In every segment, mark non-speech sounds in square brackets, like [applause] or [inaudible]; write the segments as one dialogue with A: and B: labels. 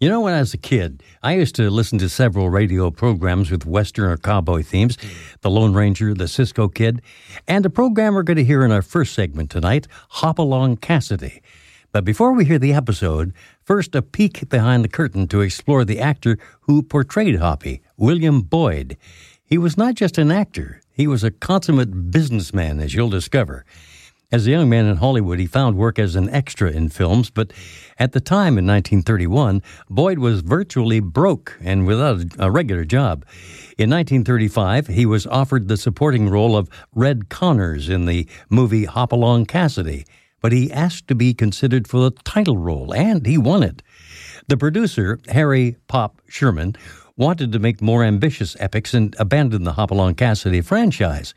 A: You know, when I was a kid, I used to listen to several radio programs with Western or cowboy themes The Lone Ranger, The Cisco Kid, and a program we're going to hear in our first segment tonight Hop Along Cassidy. But before we hear the episode, first a peek behind the curtain to explore the actor who portrayed Hoppy, William Boyd. He was not just an actor, he was a consummate businessman, as you'll discover. As a young man in Hollywood, he found work as an extra in films, but at the time in 1931, Boyd was virtually broke and without a- a regular job. In 1935, he was offered the supporting role of Red Connors in the movie Hop Along Cassidy, but he asked to be considered for the title role, and he won it. The producer, Harry Pop Sherman, wanted to make more ambitious epics and abandon the Hopalong Cassidy franchise.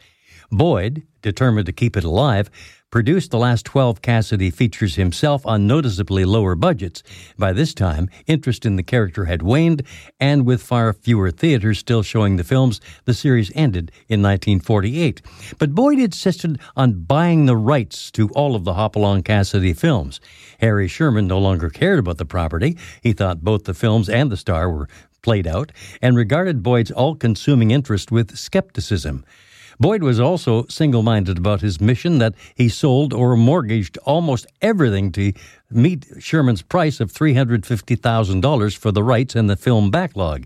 A: Boyd, determined to keep it alive, produced the last 12 Cassidy features himself on noticeably lower budgets. By this time, interest in the character had waned, and with far fewer theaters still showing the films, the series ended in 1948. But Boyd insisted on buying the rights to all of the Hopalong Cassidy films. Harry Sherman no longer cared about the property. He thought both the films and the star were played out, and regarded Boyd's all consuming interest with skepticism. Boyd was also single minded about his mission that he sold or mortgaged almost everything to meet Sherman's price of $350,000 for the rights and the film backlog.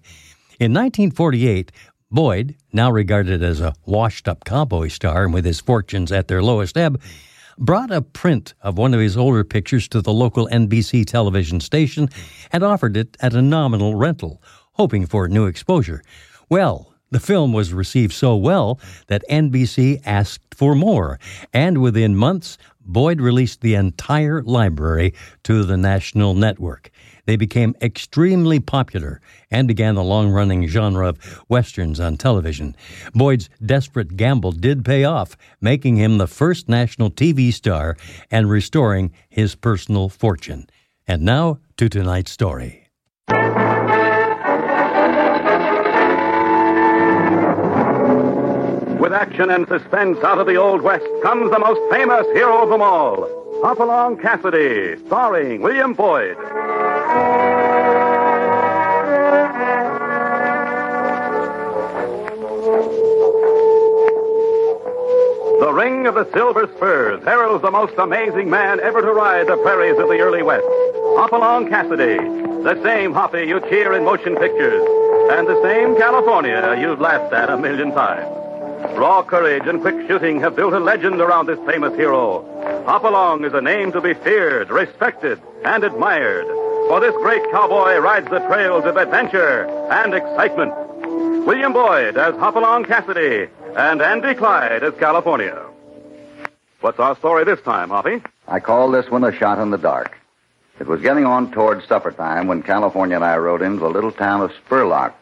A: In 1948, Boyd, now regarded as a washed up cowboy star and with his fortunes at their lowest ebb, brought a print of one of his older pictures to the local NBC television station and offered it at a nominal rental, hoping for new exposure. Well, the film was received so well that NBC asked for more, and within months, Boyd released the entire library to the national network. They became extremely popular and began the long running genre of westerns on television. Boyd's desperate gamble did pay off, making him the first national TV star and restoring his personal fortune. And now to tonight's story.
B: With action and suspense out of the Old West comes the most famous hero of them all, Hopalong Cassidy, starring William Boyd. The ring of the silver spurs heralds the most amazing man ever to ride the prairies of the early West. Hopalong Cassidy, the same Hoppy you cheer in motion pictures, and the same California you've laughed at a million times. Raw courage and quick shooting have built a legend around this famous hero. Hopalong is a name to be feared, respected, and admired. For this great cowboy rides the trails of adventure and excitement. William Boyd as Hopalong Cassidy and Andy Clyde as California. What's our story this time, Hoppy?
C: I call this one a shot in the dark. It was getting on toward supper time when California and I rode into the little town of Spurlock.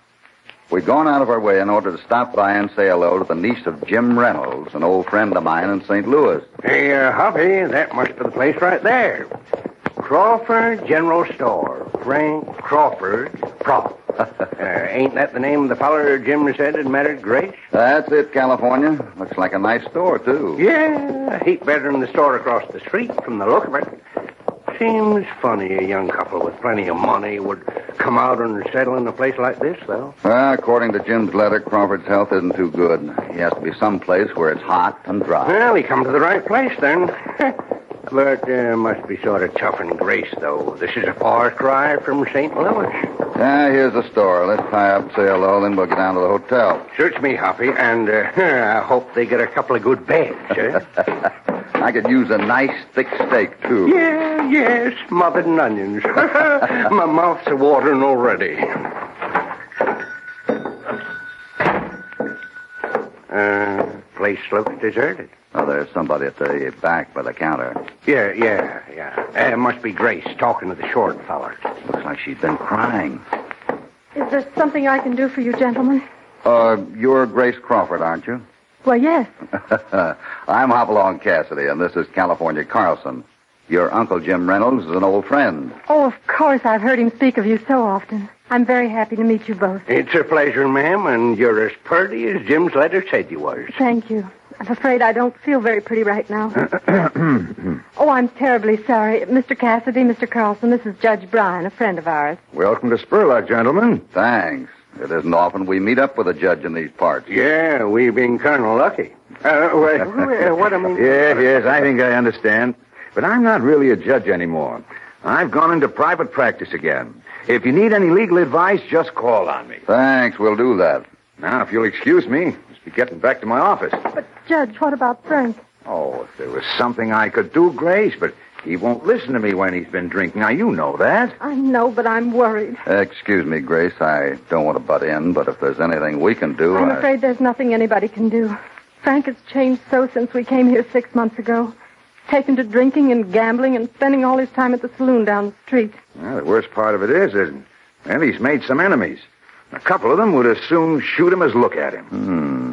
C: We'd gone out of our way in order to stop by and say hello to the niece of Jim Reynolds, an old friend of mine in St. Louis.
D: Hey, uh, Hoppy, that must be the place right there. Crawford General Store. Frank Crawford Prop. [laughs] Uh, ain't that the name of the feller Jim said had married Grace?
C: That's it, California. Looks like a nice store, too.
D: Yeah, a heap better than the store across the street from the look of it. Seems funny a young couple with plenty of money would come out and settle in a place like this, though.
C: Well, according to Jim's letter, Crawford's health isn't too good. He has to be someplace where it's hot and dry.
D: Well, he come to the right place then. [laughs] but uh, must be sort of tough and grace, though. This is a far cry from St. Louis.
C: Ah, here's the store. Let's tie up, say hello, then we'll get down to the hotel.
D: Search me, Hoppy, and uh, [laughs] I hope they get a couple of good beds, eh?
C: [laughs] I could use a nice thick steak, too.
D: yeah, yes, smothered in onions. [laughs] My mouth's watering already. Uh, place looks deserted.
C: Oh, there's somebody at the back by the counter.
D: Yeah, yeah, yeah. Uh, It must be Grace talking to the short feller.
C: Looks like she's been crying.
E: Is there something I can do for you, gentlemen?
C: Uh, you're Grace Crawford, aren't you?
E: Well, yes.
C: [laughs] I'm Hopalong Cassidy, and this is California Carlson. Your Uncle Jim Reynolds is an old friend.
E: Oh, of course, I've heard him speak of you so often. I'm very happy to meet you both.
D: It's a pleasure, ma'am, and you're as purty as Jim's letter said you
C: [clears throat]
D: was.
E: Thank you. I'm afraid I don't feel very pretty right now. oh, I'm terribly sorry. Mr. Cassidy, Mr. Carlson, this is Judge Bryan, a friend of ours.
F: Welcome to Spurlock, gentlemen.
C: Thanks. It isn't often we meet up with a judge in these parts.
D: Yeah, we been Colonel Lucky. Uh, wait, wait, what I mean?
F: Yes, yes, I think I understand. But I'm not really a judge anymore. I've gone into private practice again. If you need any legal advice, just call on me.
C: Thanks, we'll do that.
F: Now, if you'll excuse me, must be getting back to my office.
E: But, Judge, what about Frank?
F: Oh, if there was something I could do, Grace, but he won't listen to me when he's been drinking. Now, you know that.
E: I know, but I'm worried.
C: Excuse me, Grace. I don't want to butt in, but if there's anything we can do,
E: I'm
C: I-
E: afraid there's nothing anybody can do. Frank has changed so since we came here six months ago. Taken to drinking and gambling and spending all his time at the saloon down the street.
F: Well, the worst part of it is, isn't it? Well, he's made some enemies. A couple of them would as soon shoot him as look at him.
C: Hmm.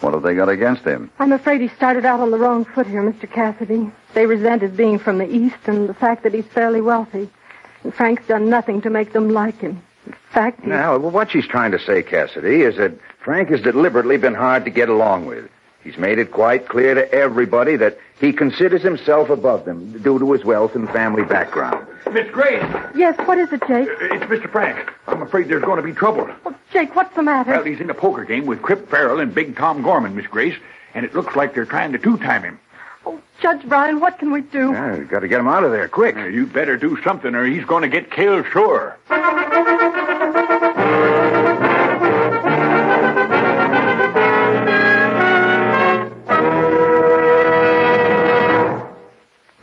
C: what have they got against him?
E: I'm afraid he started out on the wrong foot here, Mr. Cassidy. They resent his being from the East and the fact that he's fairly wealthy. And Frank's done nothing to make them like him. In fact, he...
F: Now, well, what she's trying to say, Cassidy, is that Frank has deliberately been hard to get along with. He's made it quite clear to everybody that he considers himself above them due to his wealth and family background.
G: Miss Grace,
E: Yes, what is it, Jake?
G: it's Mr. Frank. I'm afraid there's going to be trouble.
E: Well, Jake, what's the matter?
G: Well, he's in a poker game with Crip Farrell and Big Tom Gorman, Miss Grace, and it looks like they're trying to two-time him.
E: Oh, Judge Bryan, what can we do?
F: Yeah, we've got to get him out of there quick.
G: Uh, You better do something, or he's going to get killed sure.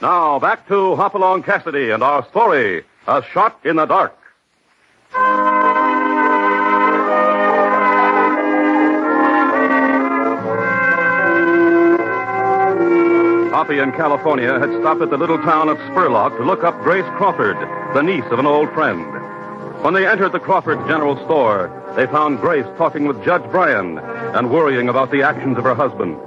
B: Now, back to Hopalong Cassidy and our story A Shot in the Dark. Hoppy in California had stopped at the little town of Spurlock to look up Grace Crawford, the niece of an old friend. When they entered the Crawford general store, they found Grace talking with Judge Bryan and worrying about the actions of her husband.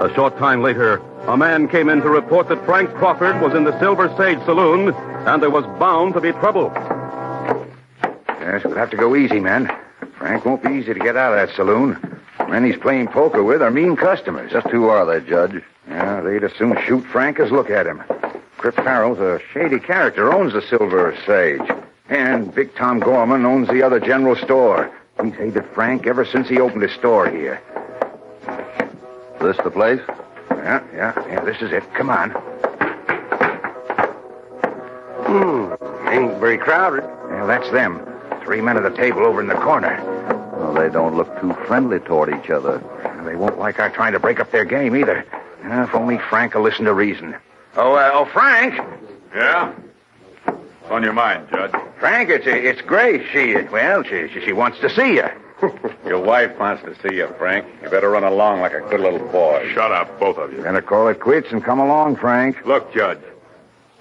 B: A short time later, a man came in to report that Frank Crawford was in the Silver Sage Saloon and there was bound to be trouble.
F: Yes, we'll have to go easy, men. Frank won't be easy to get out of that saloon. Men he's playing poker with are mean customers.
C: Just who are they, Judge?
F: Yeah, they'd as soon shoot Frank as look at him. Crip Farrell's a shady character, owns the Silver Sage. And Big Tom Gorman owns the other general store. He's hated Frank ever since he opened his store here.
C: This the place?
F: Yeah, yeah, yeah, this is it. Come on.
D: Hmm, Ain't very crowded.
F: Well, that's them. Three men at the table over in the corner.
C: Well, they don't look too friendly toward each other.
F: They won't like our trying to break up their game either. Uh, if only Frank will listen to reason. Oh, uh, oh, Frank!
G: Yeah? On your mind, Judge.
F: Frank, it's it's Grace. She well, she she, she wants to see you.
G: [laughs] Your wife wants to see you, Frank. You better run along like a good little boy. Shut up, both of you.
F: Gonna call it quits and come along, Frank.
G: Look, Judge,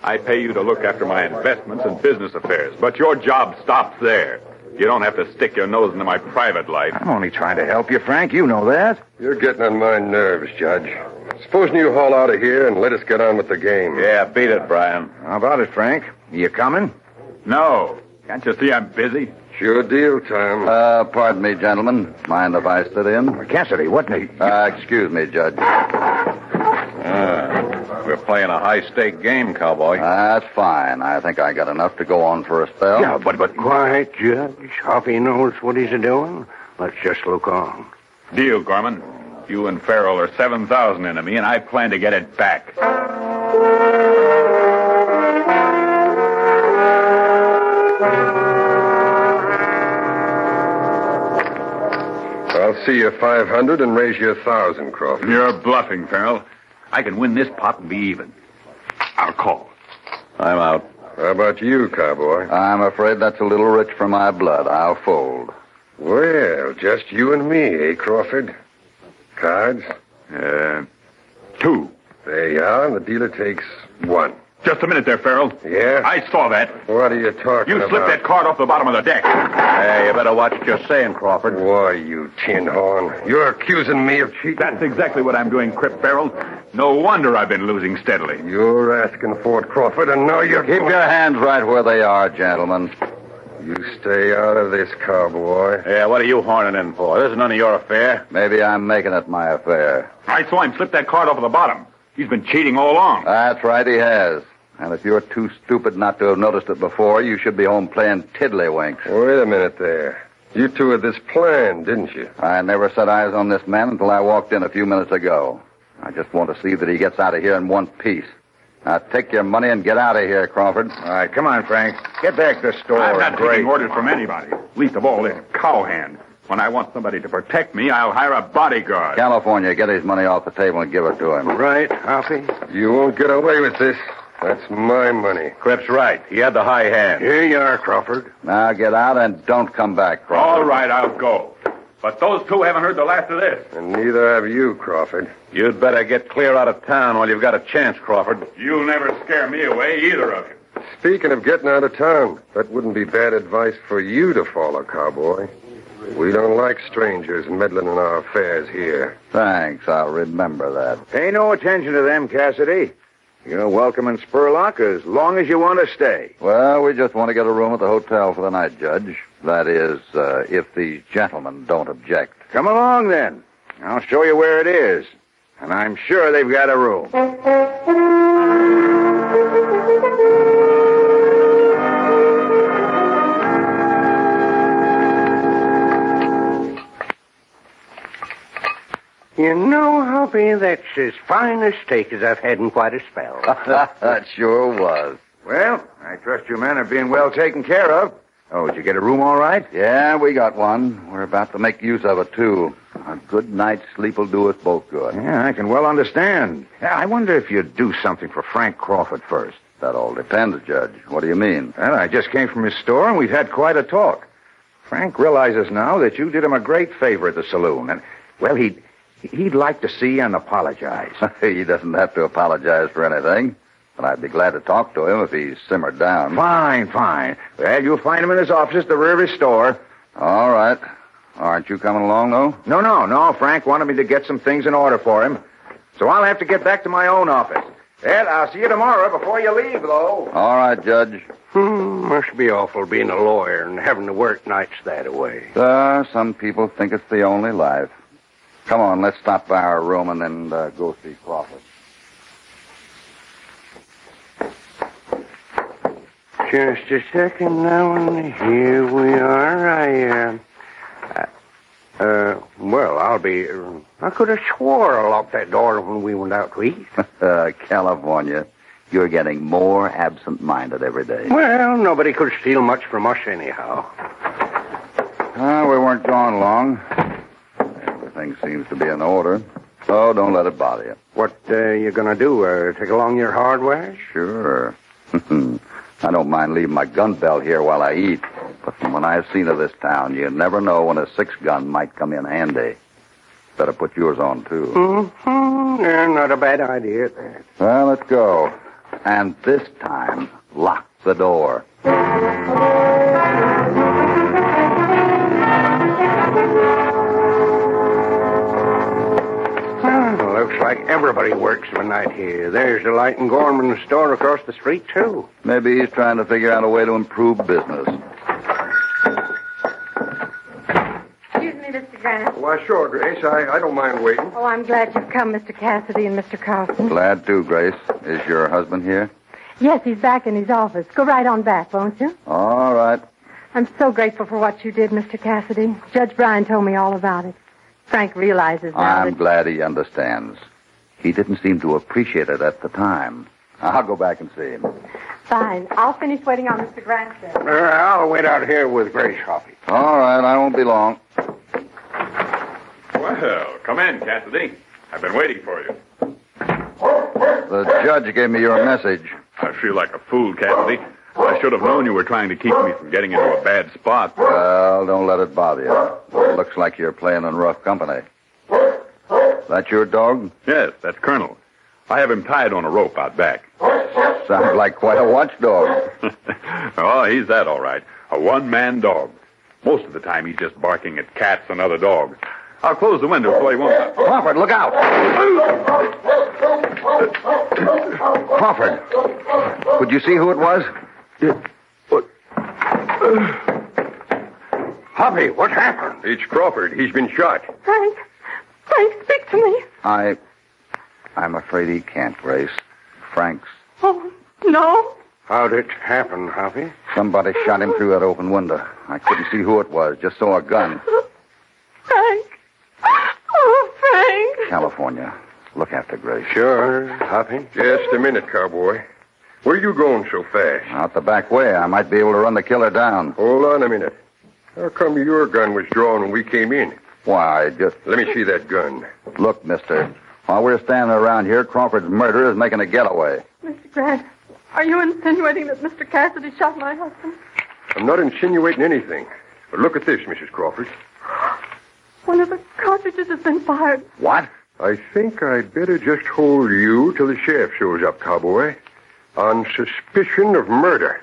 G: I pay you to look after my investments and business affairs, but your job stops there. You don't have to stick your nose into my private life.
F: I'm only trying to help you, Frank. You know that.
H: You're getting on my nerves, Judge. Supposing you haul out of here and let us get on with the game.
G: Yeah, beat it, Brian.
F: How about it, Frank? You coming?
G: No. Can't you see I'm busy?
H: Sure deal, Tom.
C: Uh, pardon me, gentlemen. Mind if I sit in?
F: Cassidy, what in the...
C: Uh, excuse me, Judge.
G: We're playing a high stake game, cowboy.
C: That's fine. I think I got enough to go on for a spell.
F: Yeah, but, but...
D: Quiet, Judge. Hoppy knows what he's doing. Let's just look on.
G: Deal, Gorman. You and Farrell are 7,000 into me, and I plan to get it back.
H: I'll see you 500 and raise you a 1,000, Crawford.
G: You're bluffing, Farrell. I can win this pot and be even. I'll call. I'm out.
H: How about you, cowboy?
C: I'm afraid that's a little rich for my blood. I'll fold.
H: Well, just you and me, eh, Crawford? Cards?
G: Uh, two.
H: There you are, and the dealer takes one.
G: Just a minute there, Farrell.
H: Yeah?
G: I saw that.
H: What are you talking
G: You
H: about?
G: slipped that card off the bottom of the deck.
C: Hey, you better watch what you're saying, Crawford.
H: Why, you tin horn. You're accusing me of cheating?
G: That's exactly what I'm doing, Crip Farrell. No wonder I've been losing steadily.
H: You're asking for it, Crawford, and now you're...
C: Keep your hands right where they are, gentlemen.
H: You stay out of this, cowboy.
G: Yeah, what are you horning in for? This is none of your affair.
C: Maybe I'm making it my affair.
G: I saw him slip that card off of the bottom. He's been cheating all along.
C: That's right, he has. And if you're too stupid not to have noticed it before, you should be home playing tiddlywinks.
H: Wait a minute there. You two had this plan, didn't you?
C: I never set eyes on this man until I walked in a few minutes ago. I just want to see that he gets out of here in one piece. Now take your money and get out of here, Crawford.
F: All right, come on, Frank. Get back to the store.
G: I'm not
F: and break.
G: taking orders from anybody, least of all this cowhand. When I want somebody to protect me, I'll hire a bodyguard.
C: California, get his money off the table and give it to him.
D: Right, Hoppy.
H: You won't get away with this. That's my money.
G: Crip's right. He had the high hand.
D: Here you are, Crawford.
C: Now get out and don't come back, Crawford.
G: All right, I'll go. But those two haven't heard the last of this.
H: And neither have you, Crawford.
G: You'd better get clear out of town while you've got a chance, Crawford. You'll never scare me away, either of you.
H: Speaking of getting out of town, that wouldn't be bad advice for you to follow, cowboy. We don't like strangers meddling in our affairs here.
C: Thanks, I'll remember that.
F: Pay no attention to them, Cassidy. You're welcome in Spurlock as long as you want to stay.
C: Well, we just want to get a room at the hotel for the night, Judge. That is, uh, if these gentlemen don't object.
F: Come along then. I'll show you where it is. And I'm sure they've got a room.
D: You know, Hoppy, that's as fine a steak as I've had in quite a
F: [laughs]
D: spell.
C: [laughs] that sure was.
F: Well, I trust you men are being well taken care of. Oh, did you get a room all right?
C: Yeah, we got one. We're about to make use of it, too. A good night's sleep will do us both good.
F: Yeah, I can well understand. Yeah, I wonder if you'd do something for Frank Crawford first.
C: That all depends, Judge. What do you mean?
F: Well, I just came from his store, and we've had quite a talk. Frank realizes now that you did him a great favor at the saloon, and, well, he'd, he'd like to see and apologize.
C: [laughs] he doesn't have to apologize for anything. And I'd be glad to talk to him if he simmered down.
F: fine, fine. Well, you'll find him in his office at the rear of his store.
C: All right. Aren't you coming along, though?
F: No, no, no. Frank wanted me to get some things in order for him. So I'll have to get back to my own office. Ed, I'll see you tomorrow before you leave, though.
C: All right, Judge.
D: Hmm, must be awful being a lawyer and having to work nights that away.
C: Uh, some people think it's the only life. Come on, let's stop by our room and then uh, go see Crawford.
D: Just a second now, and here we are. I, uh, uh, uh, well, I'll be. I could have swore I locked that door when we went out to eat.
C: [laughs] Uh, California, you're getting more absent-minded every day.
D: Well, nobody could steal much from us anyhow.
C: Uh, we weren't gone long. Everything seems to be in order. So don't let it bother you.
D: What uh, you gonna do? Uh, take along your hardware?
C: Sure. [laughs] I don't mind leaving my gun belt here while I eat. But from what I've seen of this town, you never know when a six-gun might come in handy. Better put yours on, too.
D: Hmm. Mm-hmm. Yeah, not a bad idea. That.
C: Well, let's go. And this time, lock the door.
D: Well, looks like everybody works of a night here. There's the Light and Gorman store across the street too.
C: Maybe he's trying to figure out a way to improve business.
E: Excuse me, Mr. Grant.
H: Why, sure, Grace. I, I don't mind waiting.
E: Oh, I'm glad you've come, Mr. Cassidy and Mr. Carlson.
C: Glad to, Grace. Is your husband here?
E: Yes, he's back in his office. Go right on back, won't you?
C: All right.
E: I'm so grateful for what you did, Mr. Cassidy. Judge Bryan told me all about it. Frank realizes now
C: I'm
E: that.
C: glad he understands. He didn't seem to appreciate it at the time. I'll go back and see him.
E: Fine. I'll finish waiting on Mr. Grant then.
D: Uh, I'll wait out here with Grace Hoppy.
C: All right, I won't be long.
G: Well, come in, Cassidy. I've been waiting for you.
C: The judge gave me your message.
G: I feel like a fool, Cassidy. I should have known you were trying to keep me from getting into a bad spot.
C: Well, don't let it bother you. It looks like you're playing in rough company. That your dog?
G: Yes, that's Colonel. I have him tied on a rope out back.
C: Sounds like quite a watchdog.
G: [laughs] oh, he's that all right. A one-man dog. Most of the time, he's just barking at cats and other dogs. I'll close the window so he won't.
C: Crawford, look out! Crawford, would you see who it was?
H: Hoppy, what happened? It's Crawford. He's been shot.
E: Frank, Frank, speak to me.
C: I. I'm afraid he can't, Grace. Franks,
E: Oh, no.
H: How'd it happen, Hoppy?
C: somebody shot him through that open window. I couldn't see who it was, just saw a gun.
E: Frank. Oh, Frank.
C: California. Look after Grace.
H: Sure, Hoppy.
F: Just a minute, cowboy. Where you going so fast?
C: Out the back way, I might be able to run the killer down.
F: Hold on a minute. How come your gun was drawn when we came in?
C: Why, just
F: Let me see that gun.
C: look, mister. While we're standing around here, Crawford's murderer is making a getaway.
E: Mr. Grant, are you insinuating that Mr. Cassidy shot my husband?
F: I'm not insinuating anything. But look at this, Mrs. Crawford.
E: One of the cartridges has been fired.
C: What?
F: I think I'd better just hold you till the sheriff shows up, cowboy. On suspicion of murder.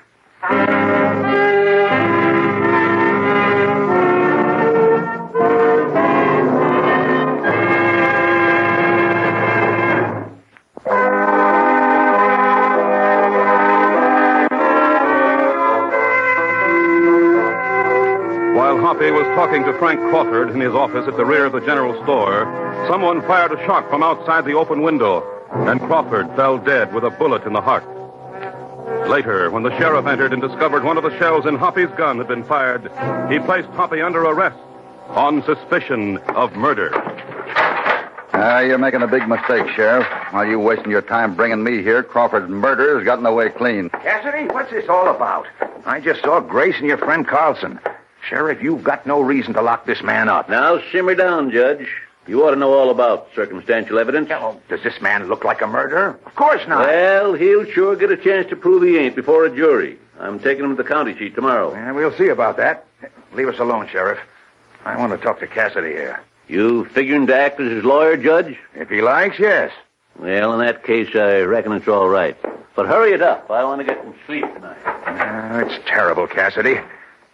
B: While Hoppy was talking to Frank Crawford in his office at the rear of the general store, someone fired a shot from outside the open window, and Crawford fell dead with a bullet in the heart. Later, when the sheriff entered and discovered one of the shells in Hoppy's gun had been fired, he placed Hoppy under arrest on suspicion of murder.
C: Ah, you're making a big mistake, Sheriff. While you wasting your time bringing me here, Crawford's murderer has gotten away clean.
D: Cassidy, what's this all about? I just saw Grace and your friend Carlson. Sheriff, you've got no reason to lock this man up.
I: Now simmer down, Judge. You ought to know all about circumstantial evidence.
D: Does this man look like a murderer? Of course not.
I: Well, he'll sure get a chance to prove he ain't before a jury. I'm taking him to the county seat tomorrow.
D: Yeah, we'll see about that. Leave us alone, Sheriff. I want to talk to Cassidy here.
I: You figuring to act as his lawyer, Judge?
D: If he likes, yes.
I: Well, in that case, I reckon it's all right. But hurry it up. I want to get some sleep tonight.
C: Ah,
D: Uh, it's terrible, Cassidy.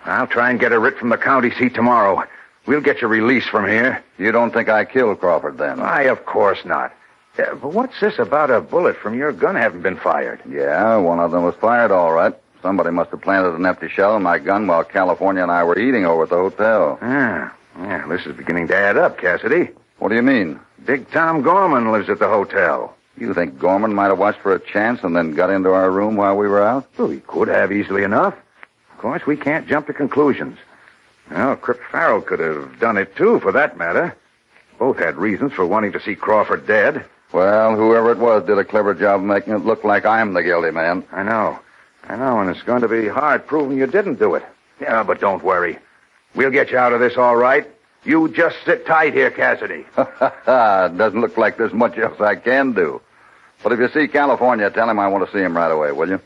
D: I'll try and get a writ from the county seat tomorrow. We'll get you released from here.
C: You don't think I killed Crawford then?
D: Why, of course not. Uh, but what's this about a bullet from your gun having been fired?
C: Yeah, one of them was fired, all right. Somebody must have planted an empty shell in my gun while California and I were eating over at the hotel.
D: Ah, yeah, this is beginning to add up, Cassidy.
C: What do you mean?
D: Big Tom Gorman lives at the hotel.
C: You think Gorman might have watched for a chance and then got into our room while we were out?
D: Well, Oh, he could have easily enough. Of course, we can't jump to conclusions. Well, Crip Farrell could have done it too, for that matter. Both had reasons for wanting to see Crawford dead.
C: Well, whoever it was did a clever job making it look like I'm the guilty man.
D: I know. I know, and it's going to be hard proving you didn't do it. Yeah, but don't worry. We'll get you out of this all right. You just sit tight here,
C: [laughs]
D: Cassidy.
C: it doesn't look like there's much else I can do. But if you see California, tell him I want to see him right away, will you?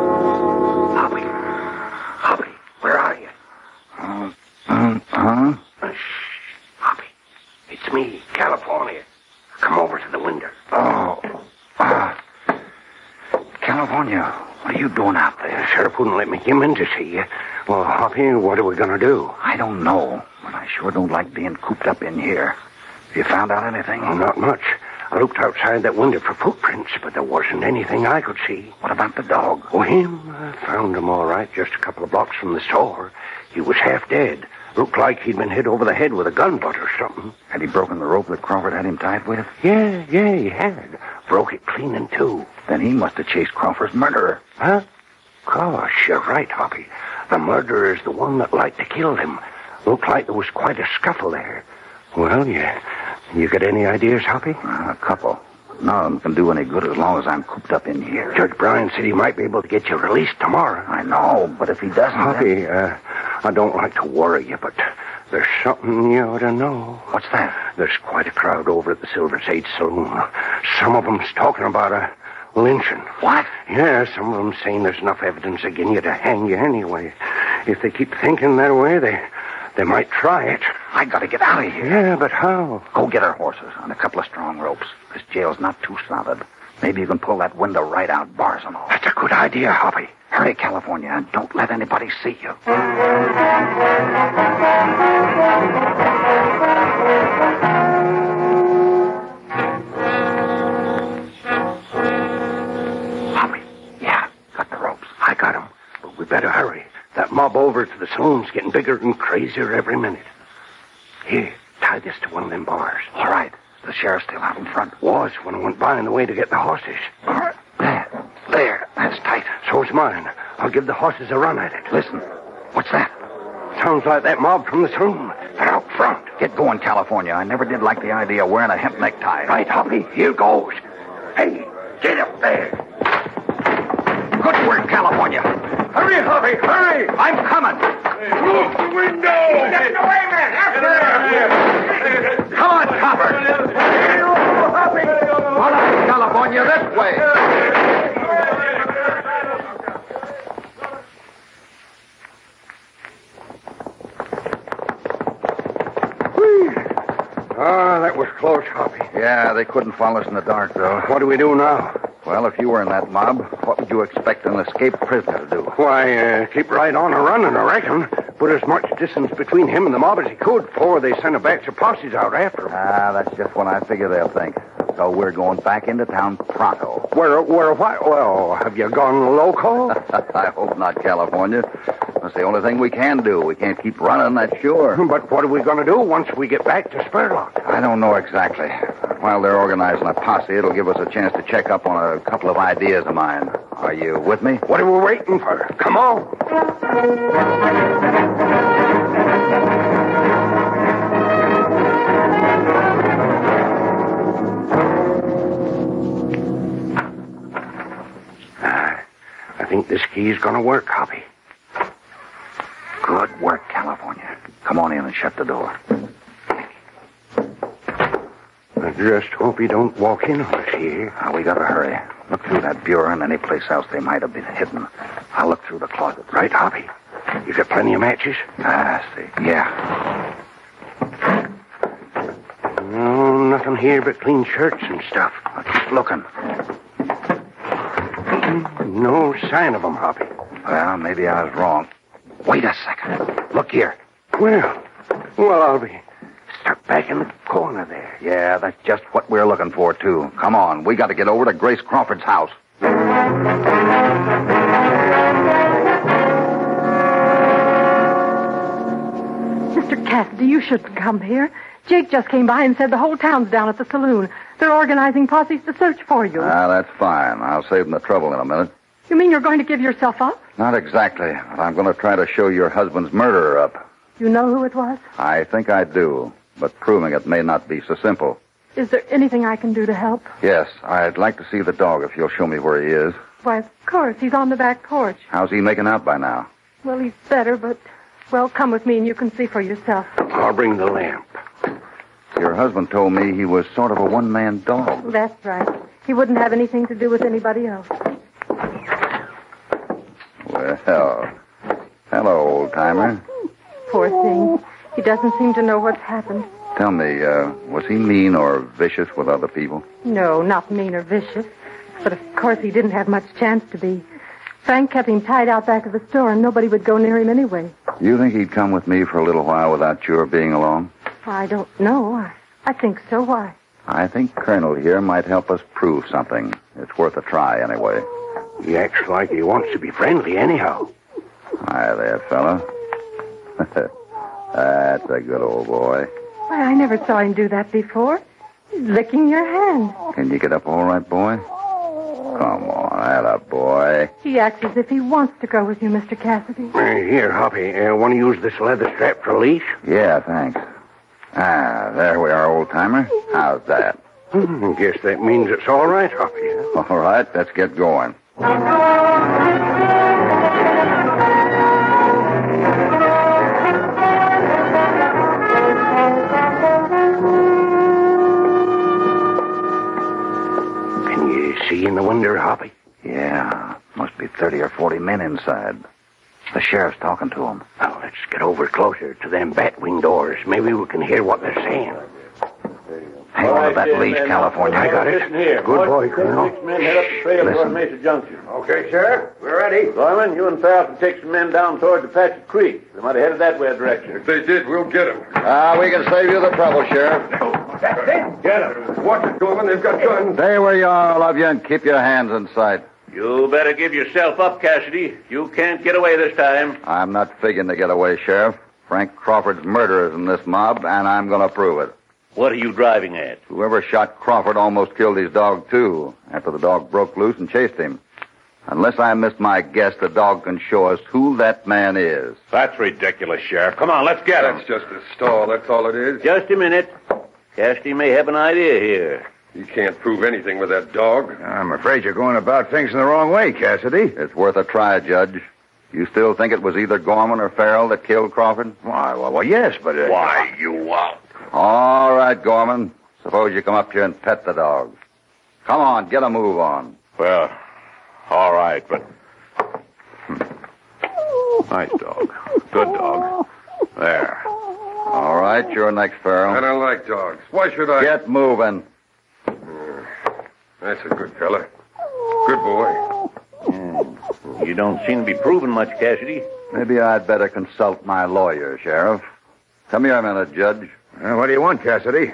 D: Hoppy. Hoppy, where are you?
C: Huh?
D: Hoppy, it's me, California. Come over to the window.
C: Oh, ah. California, what are you doing out
D: The sheriff wouldn't let me come in to see you. Well, Hoppy, what are we going to do?
C: I don't know, but I sure don't like being cooped up in here. Have you found out anything?
D: Well, not much. I looked outside that window for footprints, but there wasn't anything I could see.
C: What about the dog?
D: Oh, him? I found him all right, just a couple of blocks from the store. He was half dead. Looked like he'd been hit over the head with a gun butt or something.
C: Had he broken the rope that Crawford had him tied with?
D: Yeah, yeah, he had. Broke it clean in two.
C: Then he must have chased Crawford's murderer.
D: Huh? Gosh, you're right, Hoppy. The murderer's the one that liked to kill him. Looked like there was quite a scuffle there. Well, yeah. You got any ideas, Hoppy?
C: Uh, a couple. None of them can do any good as long as I'm cooped up in here.
D: Judge Bryan said he might be able to get you released tomorrow.
C: I know, but if he doesn't.
D: Hoppy, uh, I don't like to worry you, but there's something you ought to know.
C: What's that?
D: There's quite a crowd over at the Silver Sage Saloon. Some of them's talking about a lynching.
C: What?
D: Yeah, some of them saying there's enough evidence against you to hang you anyway. If they keep thinking that way, they they might try it.
C: I gotta get out of here.
D: Yeah, but how?
C: Go get our horses and a couple of strong ropes. This jail's not too solid. Maybe you can pull that window right out, bars and all.
D: That's a good idea, Hoppy.
C: Hurry, California, and don't let anybody see you. Hoppy, yeah, got the ropes.
D: I got 'em, But we better hurry. That mob over to the saloon's getting bigger and crazier every minute. Here, tie this to one of them bars.
C: All right, the sheriff's still out in front.
D: Was when I went by on the way to get the horses.
C: There, there, that's tight.
D: So's mine. I'll give the horses a run at it.
C: Listen, what's that?
D: Sounds like that mob from the saloon. They're out front.
C: Get going, California. I never did like the idea of wearing a hemp necktie.
D: Right, Hoppy. Here goes. Hey, get up there.
C: Good work, California.
D: Hurry, Hoppy. Hurry.
C: I'm coming.
H: Move the window!
D: Get away, man. After
C: Come on, Copper. All right, California, this way.
D: Ah, that was close, Hoppy.
C: Yeah, they couldn't follow us in the dark, though.
D: What do we do now?
C: Well, if you were in that mob, what would you expect an escaped prisoner to do?
D: Why, uh, keep right on a running, I reckon. Put as much distance between him and the mob as he could before they sent a batch of posses out after him.
C: Ah, that's just what I figure they'll think. So we're going back into town pronto.
D: Where, where, why? Well, have you gone loco?
C: [laughs] I hope not, California. That's the only thing we can do. We can't keep running, that's sure.
D: [laughs] but what are we going to do once we get back to Spurlock?
C: I don't know exactly. While they're organizing a posse, it'll give us a chance to check up on a couple of ideas of mine. Are you with me?
D: What are we waiting for? Come on. Ah, I think this key's going to work, Hoppy.
C: Good work, California. Come on in and shut the door.
D: I just hope he don't walk in on us here.
C: Now, Ah, we gotta hurry. Look through that bureau and any place else they might have been hidden. I'll look through the closet.
D: Right, Hoppy? You got plenty of matches?
C: Ah, I see. Yeah.
D: No, nothing here but clean shirts and stuff.
C: I'll keep looking.
D: No sign of 'em, Hoppy.
C: Well, maybe I was wrong. Wait a second. Look here.
D: Well, well, I'll be stuck back in the corner there.
C: Yeah, that's just what we're looking for, too. Come on, we gotta get over to Grace Crawford's house.
E: Mr. Cassidy, you shouldn't come here. Jake just came by and said the whole town's down at the saloon. They're organizing posses to search for you.
C: Ah, that's fine. I'll save them the trouble in a minute.
E: you mean you're going to give yourself up?
C: Not exactly, but I'm gonna try to show your husband's murderer up.
E: You know who it was?
C: I think I do, but proving it may not be so simple.
E: Is there anything I can do to help?
C: Yes, I'd like to see the dog if you'll show me where he is.
E: Why, of course, he's on the back porch.
C: How's he making out by now?
E: Well, he's better, but, well, come with me and you can see for yourself.
D: I'll bring the lamp.
C: Your husband told me he was sort of a one man dog.
E: That's right. He wouldn't have anything to do with anybody else.
C: Well, hello, old timer.
E: Poor thing. He doesn't seem to know what's happened.
C: Tell me, uh, was he mean or vicious with other people?
E: No, not mean or vicious. But of course he didn't have much chance to be. Frank kept him tied out back of the store and nobody would go near him anyway.
C: You think he'd come with me for a little while without your being along?
E: I don't know. I, I think so. Why?
C: I think Colonel here might help us prove something. It's worth a try, anyway.
D: He acts like he wants to be friendly, anyhow.
C: Hi there, fella. [laughs] That's a good old boy.
E: Why, I never saw him do that before. He's licking your hand.
C: Can you get up all right, boy? Come on, that a boy.
E: He acts as if he wants to go with you, Mr. Cassidy.
D: Uh, here, Hoppy, uh, want to use this leather strap for a leash?
C: Yeah, thanks. Ah, there we are, old timer. How's that?
D: Hmm, guess that means it's all right, Hoppy.
C: All right, let's get going.
D: Can you see in the window, Hoppy?
C: Yeah, must be 30 or 40 men inside. The sheriff's talking to them.
D: Now, let's get over closer to them bat wing doors. Maybe we can hear what they're saying.
C: Hang on to that leash, California.
D: I got it. Good boy, Colonel.
J: Six men head up the trail toward Mesa Junction. Okay, Sheriff. We're ready. Gorman, you and Farrell can take some men down toward Apache Creek. They might have headed that way direction. If they did, we'll get them.
C: Ah, we can save you the trouble, Sheriff.
H: Get him. Watch it, Gorman. They've got guns.
C: Stay where you are, all of you, and keep your hands in sight.
I: You better give yourself up, Cassidy. You can't get away this time.
C: I'm not figuring to get away, Sheriff. Frank Crawford's murderer is in this mob, and I'm going to prove it.
I: What are you driving at?
C: Whoever shot Crawford almost killed his dog, too, after the dog broke loose and chased him. Unless I missed my guess, the dog can show us who that man is.
G: That's ridiculous, Sheriff. Come on, let's get him. That's
H: just a stall. That's all it is.
I: Just a minute. Cassidy may have an idea here.
H: You can't prove anything with that dog.
C: I'm afraid you're going about things in the wrong way, Cassidy. It's worth a try, Judge. You still think it was either Gorman or Farrell that killed Crawford? Why, well, well yes, but... Uh...
J: Why, you out.
C: All right, Gorman. Suppose you come up here and pet the dog. Come on, get a move on.
G: Well, all right, but. Hmm. Nice dog. Good dog. There.
C: All right, you're next, Farrell.
H: I don't like dogs. Why should I?
C: Get moving.
H: That's a good fella. Good boy.
I: Hmm. You don't seem to be proving much, Cassidy.
C: Maybe I'd better consult my lawyer, Sheriff. Come here a minute, Judge.
F: Well, Uh, what do you want, Cassidy?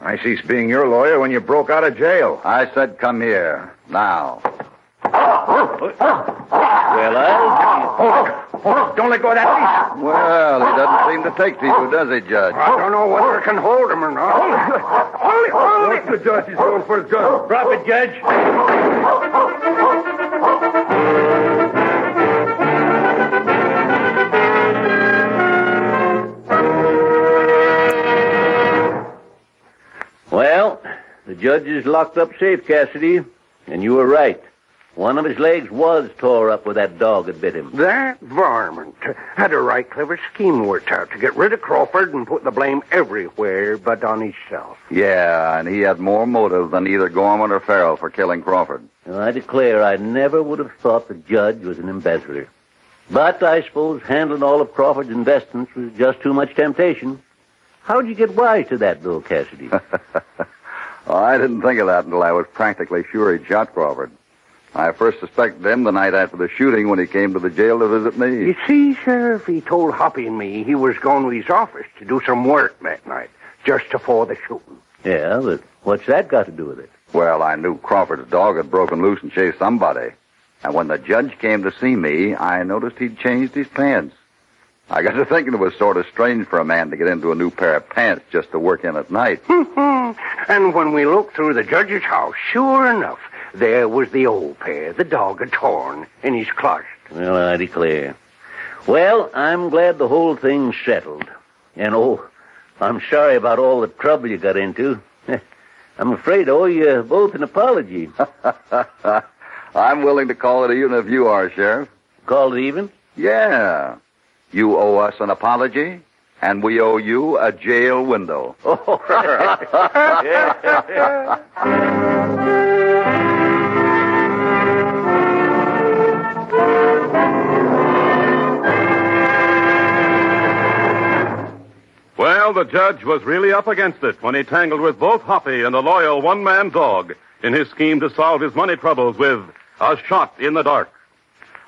F: I ceased being your lawyer when you broke out of jail.
C: I said come here. Now.
I: Well, I.
F: Hold it. Hold it. Don't let go of that leash.
C: Well, he doesn't seem to take people, does he, Judge?
D: I don't know whether I can hold him or not. Hold it. Hold it. Hold
H: Look, the judge is going for his gun.
I: Drop it, Judge. Well, the judge is locked up safe, Cassidy. And you were right. One of his legs was tore up where that dog had bit him.
D: That varmint had a right clever scheme worked out to get rid of Crawford and put the blame everywhere but on himself.
C: Yeah, and he had more motive than either Gorman or Farrell for killing Crawford.
I: Now, I declare, I never would have thought the judge was an embezzler. But I suppose handling all of Crawford's investments was just too much temptation. How'd you get wise to that,
D: [laughs]
I: Bill Cassidy?
C: Oh, I didn't think of that until I was practically sure he'd shot Crawford. I first suspected him the night after the shooting when he came to the jail to visit me.
D: You see, Sheriff, he told Hoppy and me he was going to his office to do some work that night, just before the shooting.
I: yeah, but what's that got to do with it?
C: Well, I knew Crawford's dog had broken loose and chased somebody. And when the judge came to see me, I noticed he'd changed his pants. I got to thinking it was sort of strange for a man to get into a new pair of pants just to work in at night.
D: [laughs] and when we looked through the judge's house, sure enough, there was the old pair the dog had torn in his clutch.
I: Well, I declare. Well, I'm glad the whole thing's settled. And oh, I'm sorry about all the trouble you got into. [laughs] I'm afraid I owe you both an apology. [laughs]
C: I'm willing to call it even if you are, Sheriff.
I: Called it even?
C: Yeah. You owe us an apology, and we owe you a jail
I: [laughs]
C: window.
I: Oh,
B: Well, the judge was really up against it when he tangled with both Hoppy and the loyal one man dog in his scheme to solve his money troubles with a shot in the dark.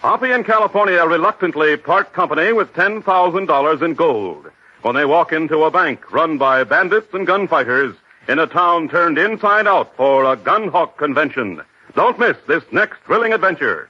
B: Hoppy and California reluctantly part company with $10,000 in gold when they walk into a bank run by bandits and gunfighters in a town turned inside out for a gun hawk convention. Don't miss this next thrilling adventure.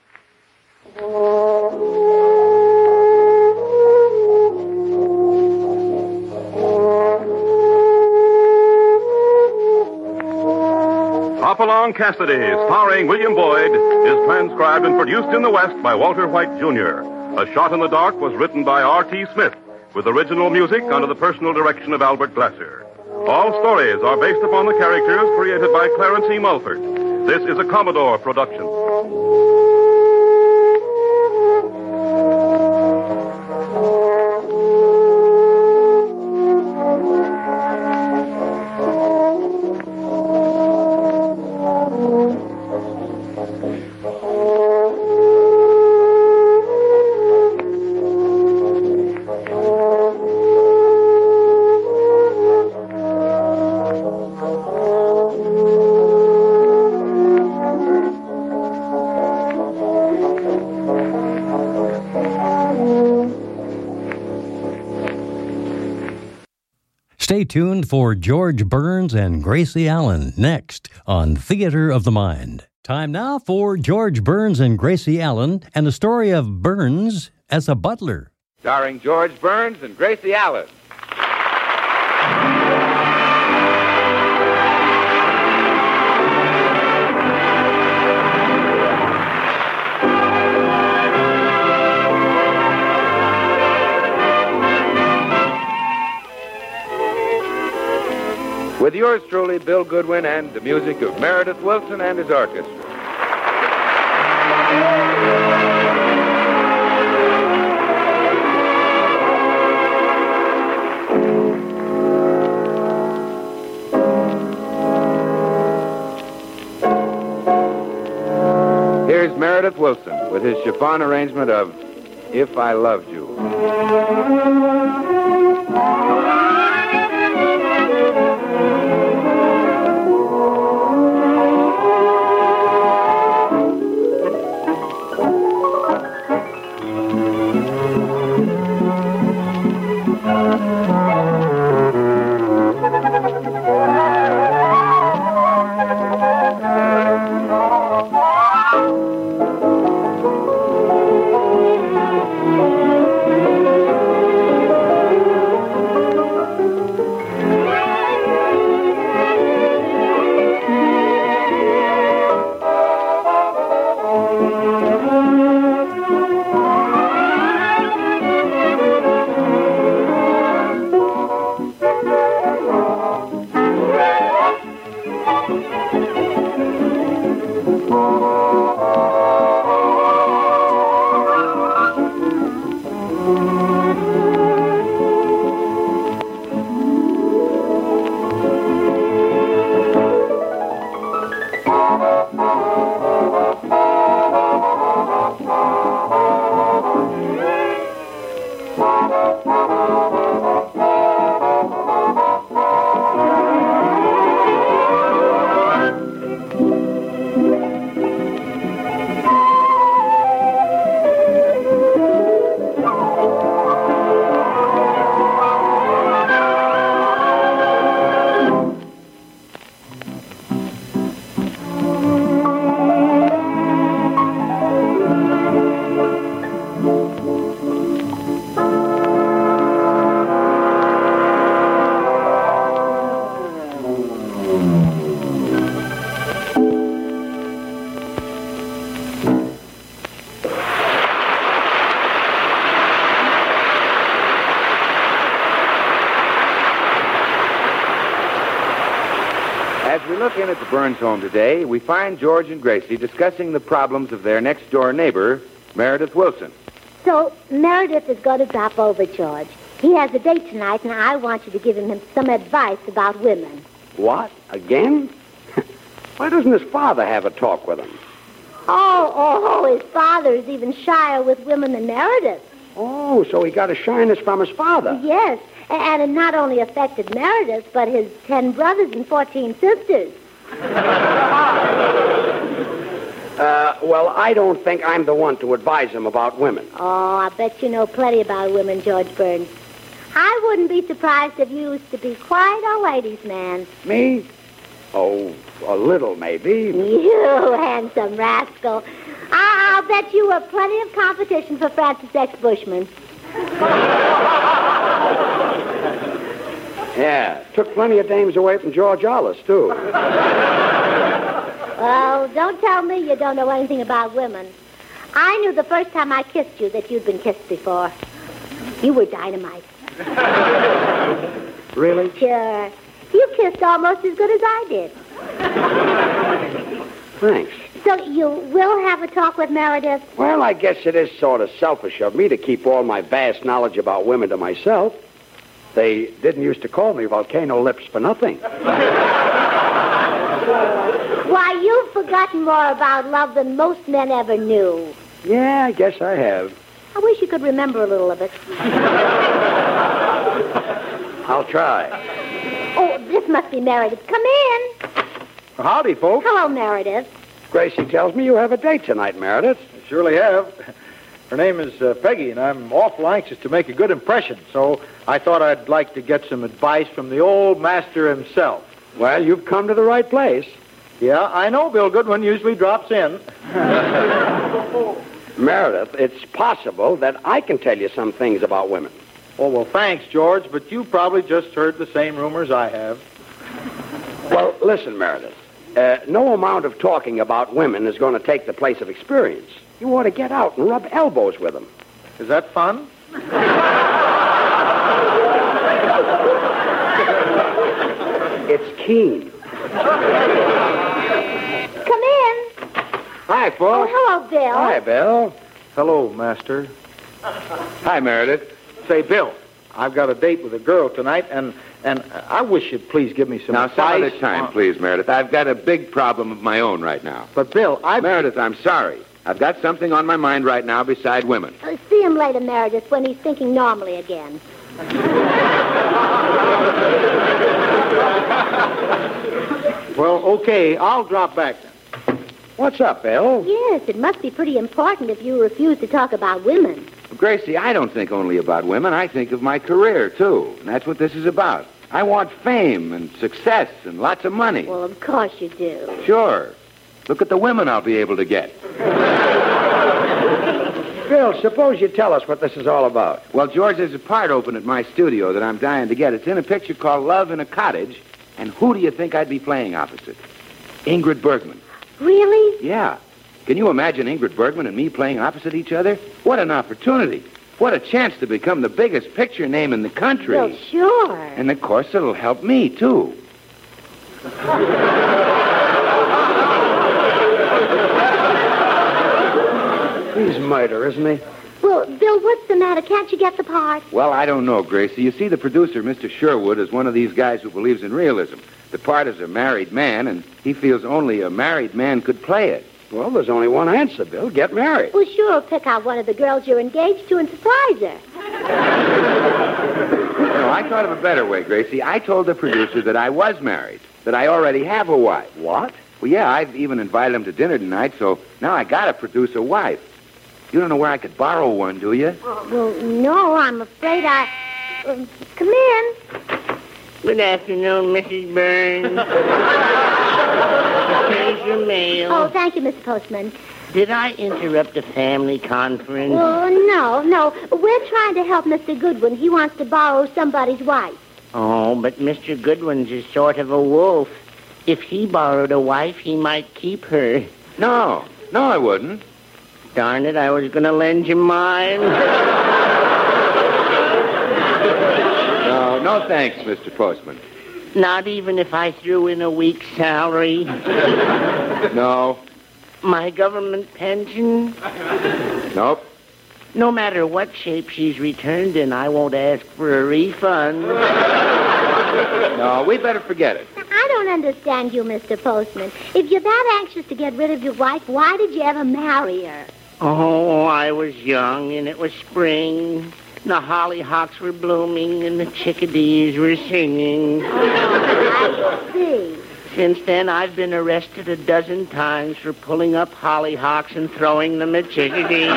B: Hop Along Cassidy, starring William Boyd, is transcribed and produced in the West by Walter White, Jr. A Shot in the Dark was written by R.T. Smith, with original music under the personal direction of Albert Glasser. All stories are based upon the characters created by Clarence E. Mulford. This is a Commodore production.
A: Stay tuned for George Burns and Gracie Allen next on Theater of the Mind. Time now for George Burns and Gracie Allen and the story of Burns as a butler.
K: starring George Burns and Gracie Allen. With yours truly, Bill Goodwin, and the music of Meredith Wilson and his orchestra. Here's Meredith Wilson with his chiffon arrangement of If I Loved You. As we look in at the Burns home today, we find George and Gracie discussing the problems of their next door neighbor, Meredith Wilson.
L: So Meredith is going to drop over, George. He has a date tonight, and I want you to give him some advice about women.
M: What? Again? [laughs] Why doesn't his father have a talk with him?
L: Oh, oh, his father is even shyer with women than Meredith.
M: Oh, so he got a shyness from his father.
L: Yes, a- and it not only affected Meredith, but his ten brothers and fourteen sisters.
M: Uh, well, I don't think I'm the one to advise him about women.
L: Oh, I bet you know plenty about women, George Burns. I wouldn't be surprised if you used to be quite a ladies' man.
M: Me? Oh, a little, maybe.
L: You handsome rascal. I- I'll bet you were plenty of competition for Francis X. Bushman.
M: Yeah. Took plenty of dames away from George Hollis, too. [laughs]
L: Well, don't tell me you don't know anything about women. I knew the first time I kissed you that you'd been kissed before. You were dynamite.
M: Really?
L: [laughs] Sure. You kissed almost as good as I did.
M: Thanks.
L: So you will have a talk with Meredith?
M: Well, I guess it is sort of selfish of me to keep all my vast knowledge about women to myself. They didn't used to call me Volcano Lips for nothing.
L: Why, you've forgotten more about love than most men ever knew.
M: Yeah, I guess I have.
L: I wish you could remember a little of it.
M: I'll try.
L: Oh, this must be Meredith. Come in.
M: Howdy, folks.
L: Hello, Meredith.
M: Gracie tells me you have a date tonight, Meredith.
N: Surely have. Her name is uh, Peggy, and I'm awful anxious to make a good impression, so I thought I'd like to get some advice from the old master himself.
M: Well, you've come to the right place.
N: Yeah, I know Bill Goodwin usually drops in.
M: Meredith, it's possible that I can tell you some things about women.
N: Oh, well, thanks, George, but you probably just heard the same rumors I have.
M: Well, listen, Meredith. Uh, no amount of talking about women is going to take the place of experience. You ought to get out and rub elbows with them.
N: Is that fun?
M: It's keen.
L: Come in.
N: Hi,
O: Oh,
N: folks.
L: Hello, Bill.
N: Hi, Bill. Hello, Master. Hi, Meredith. Say, Bill, I've got a date with a girl tonight, and and I wish you'd please give me some
K: Now,
N: advice. Uh,
K: some other time,
N: on-
K: please, Meredith. I've got a big problem of my own right now.
N: But, Bill, I...
K: Meredith, I'm sorry. I've got something on my mind right now beside women.
L: Uh, see him later, Meredith, when he's thinking normally again.
N: Well, okay, I'll drop back then.
M: What's up, Bill?
L: Yes, it must be pretty important if you refuse to talk about women.
K: Gracie, I don't think only about women. I think of my career, too. And that's what this is about. I want fame and success and lots of money.
L: Well, of course you do. [laughs]
K: Sure. Look at the women I'll be able to get.
M: Bill, suppose you tell us what this is all about.
K: Well, George, there's a part open at my studio that I'm dying to get. It's in a picture called Love in a Cottage. And who do you think I'd be playing opposite? Ingrid Bergman.
L: Really?
K: Yeah. Can you imagine Ingrid Bergman and me playing opposite each other? What an opportunity. What a chance to become the biggest picture name in the country.
L: Well, sure.
K: And of course, it'll help me, too.
M: He's murder, isn't he?
L: Well, Bill, what's the matter? Can't you get the part?
K: Well, I don't know, Gracie. You see, the producer, Mr. Sherwood, is one of these guys who believes in realism. The part is a married man, and he feels only a married man could play it.
M: Well, there's only one answer, Bill. Get married.
L: Well, sure, pick out one of the girls you're engaged to and surprise her.
K: No, I thought of a better way, Gracie. I told the producer that I was married, that I already have a wife. What? Well, yeah, I've even invited him to dinner tonight, so now I gotta produce a wife. You don't know where I could borrow one, do you?
L: Well, no, I'm afraid I. Uh, come in.
P: Good afternoon, Mrs.
L: [laughs]
P: Burns. Here's your mail.
L: Oh, thank you, Mr. Postman.
P: Did I interrupt a family conference?
L: Well, no, no. We're trying to help Mr. Goodwin. He wants to borrow somebody's wife.
P: Oh, but Mr. Goodwin's is sort of a wolf. If he borrowed a wife, he might keep her.
K: No, no, I wouldn't.
P: Darn it, I was going to lend you mine. [laughs]
K: No, no thanks, Mr. Postman.
P: Not even if I threw in a week's salary.
K: [laughs] No,
P: My government pension.
K: nope.
P: No matter what shape she's returned in, I won't ask for a refund.
K: [laughs] No, we better forget it.
L: I don't understand you, Mr. Postman. If you're that anxious to get rid of your wife, why did you ever marry her?
P: Oh, I was young and it was spring. The hollyhocks were blooming and the chickadees were singing.
L: I see.
P: Since then, I've been arrested a dozen times for pulling up hollyhocks and throwing them at chickadees.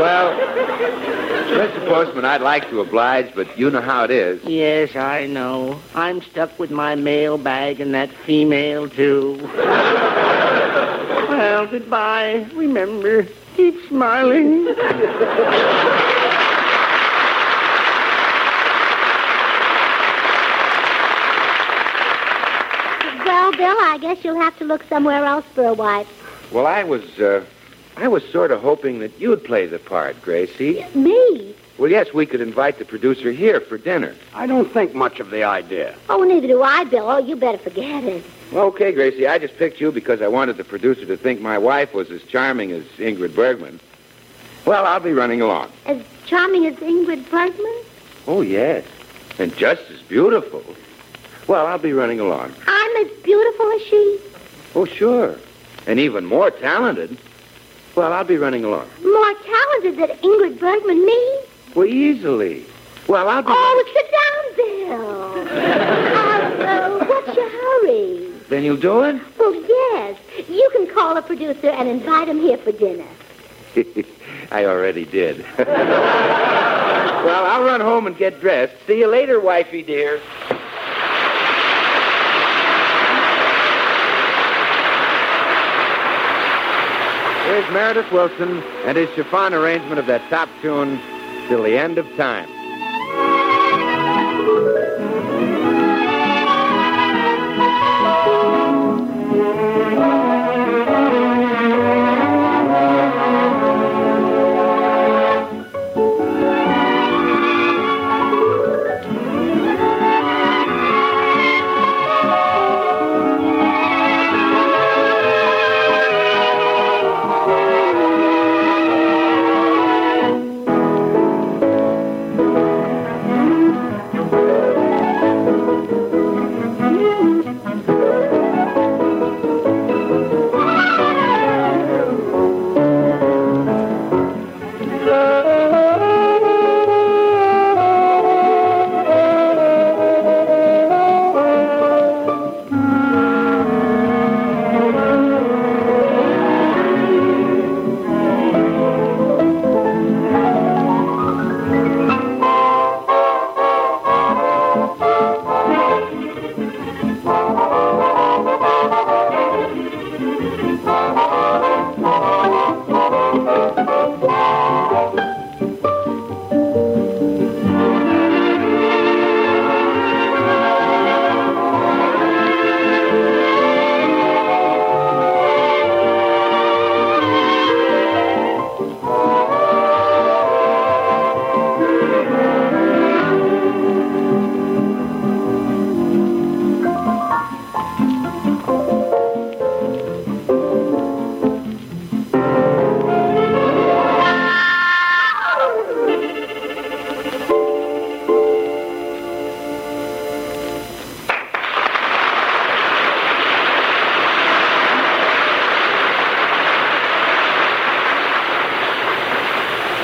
K: Well, Mr. Postman, I'd like to oblige, but you know how it is.
P: yes, I know. I'm stuck with my mail bag and that
K: [laughs]
P: female, too. well, goodbye. Remember, keep smiling. [laughs]
L: Well, Bill, I guess you'll have to look somewhere else for a wife.
K: Well, I was, uh, I was sort of hoping that you'd play the part, Gracie.
L: Me?
K: Well, yes, we could invite the producer here for dinner.
M: I don't think much of the idea.
L: Oh, neither do I, Bill. Oh, you better forget it.
K: Okay, Gracie, I just picked you because I wanted the producer to think my wife was as charming as Ingrid Bergman. Well, I'll be running along.
L: As charming as Ingrid Bergman?
K: Oh, yes. And just as beautiful. Well, I'll be running along.
L: I'm as beautiful as she.
K: Oh, sure. And even more talented. Well, I'll be running along.
L: More talented than Ingrid Bergman, me?
K: Well, easily. Ah! Well, I'll be.
L: Oh, sit down, Bill. uh, uh, what's your hurry?
K: Then you'll do it?
L: Well, yes. You can call a producer and invite him here for dinner.
K: [laughs] I already did. well, I'll run home and get dressed. See you later, wifey dear. Here's Meredith Wilson and his chiffon arrangement of that top tune, Till the End of Time.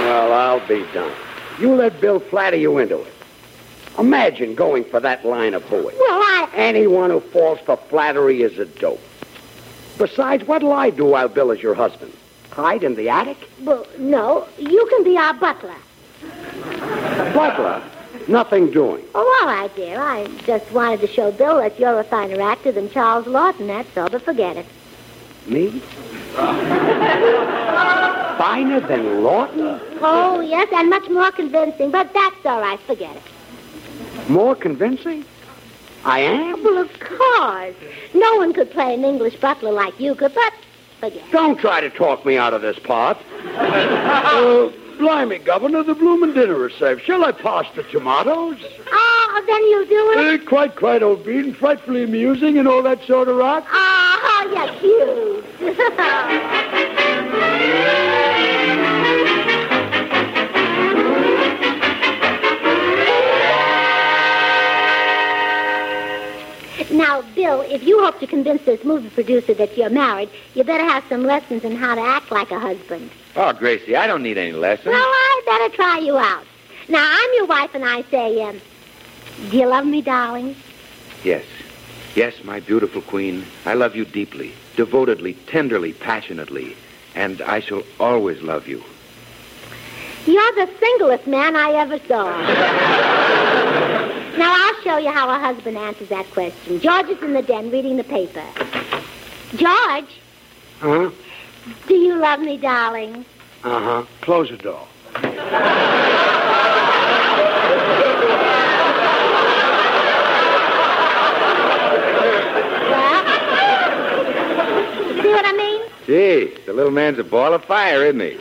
M: Well, I'll be done. You let Bill flatter you into it. Imagine going for that line of buoy.
L: Well, I.
M: Anyone who falls for flattery is a dope. Besides, what'll I do while Bill is your husband? Hide in the attic?
L: Well, no, you can be our butler.
M: Butler. Nothing doing.
L: Oh, all right, dear. I just wanted to show Bill that you're a finer actor than Charles Lawton, that's all, but forget it.
M: Me? Finer than Lawton?
L: Oh, yes, and much more convincing, but that's all right, forget it.
M: More convincing? I am?
L: Well, of course. No one could play an English butler like you could, but forget it.
M: Don't try to talk me out of this part. uh, blimey, Governor, the bloomin' dinner is served. Shall I pass the tomatoes?
L: Oh, then you'll do
M: Eh,
L: it.
M: quite, quite, old bean. Frightfully amusing and all that sort of rot.
L: Ah, how you're cute. now, Bill, if you hope to convince this movie producer that you're married, you better have some lessons in how to act like a husband.
K: Oh, Gracie, I don't need any lessons.
L: Well, I better try you out. Now, I'm your wife, and I say, um, do you love me, darling?
K: Yes. Yes, my beautiful queen. I love you deeply, devotedly, tenderly, passionately. And I shall always love you.
L: You're the singlest man I ever saw. now, I'll show you how a husband answers that question. George is in the den reading the paper. George,
M: Huh?
L: do you love me, darling?
M: Uh-huh. Close the door.
L: See what I mean?
K: Gee, the little man's a ball of fire, isn't he?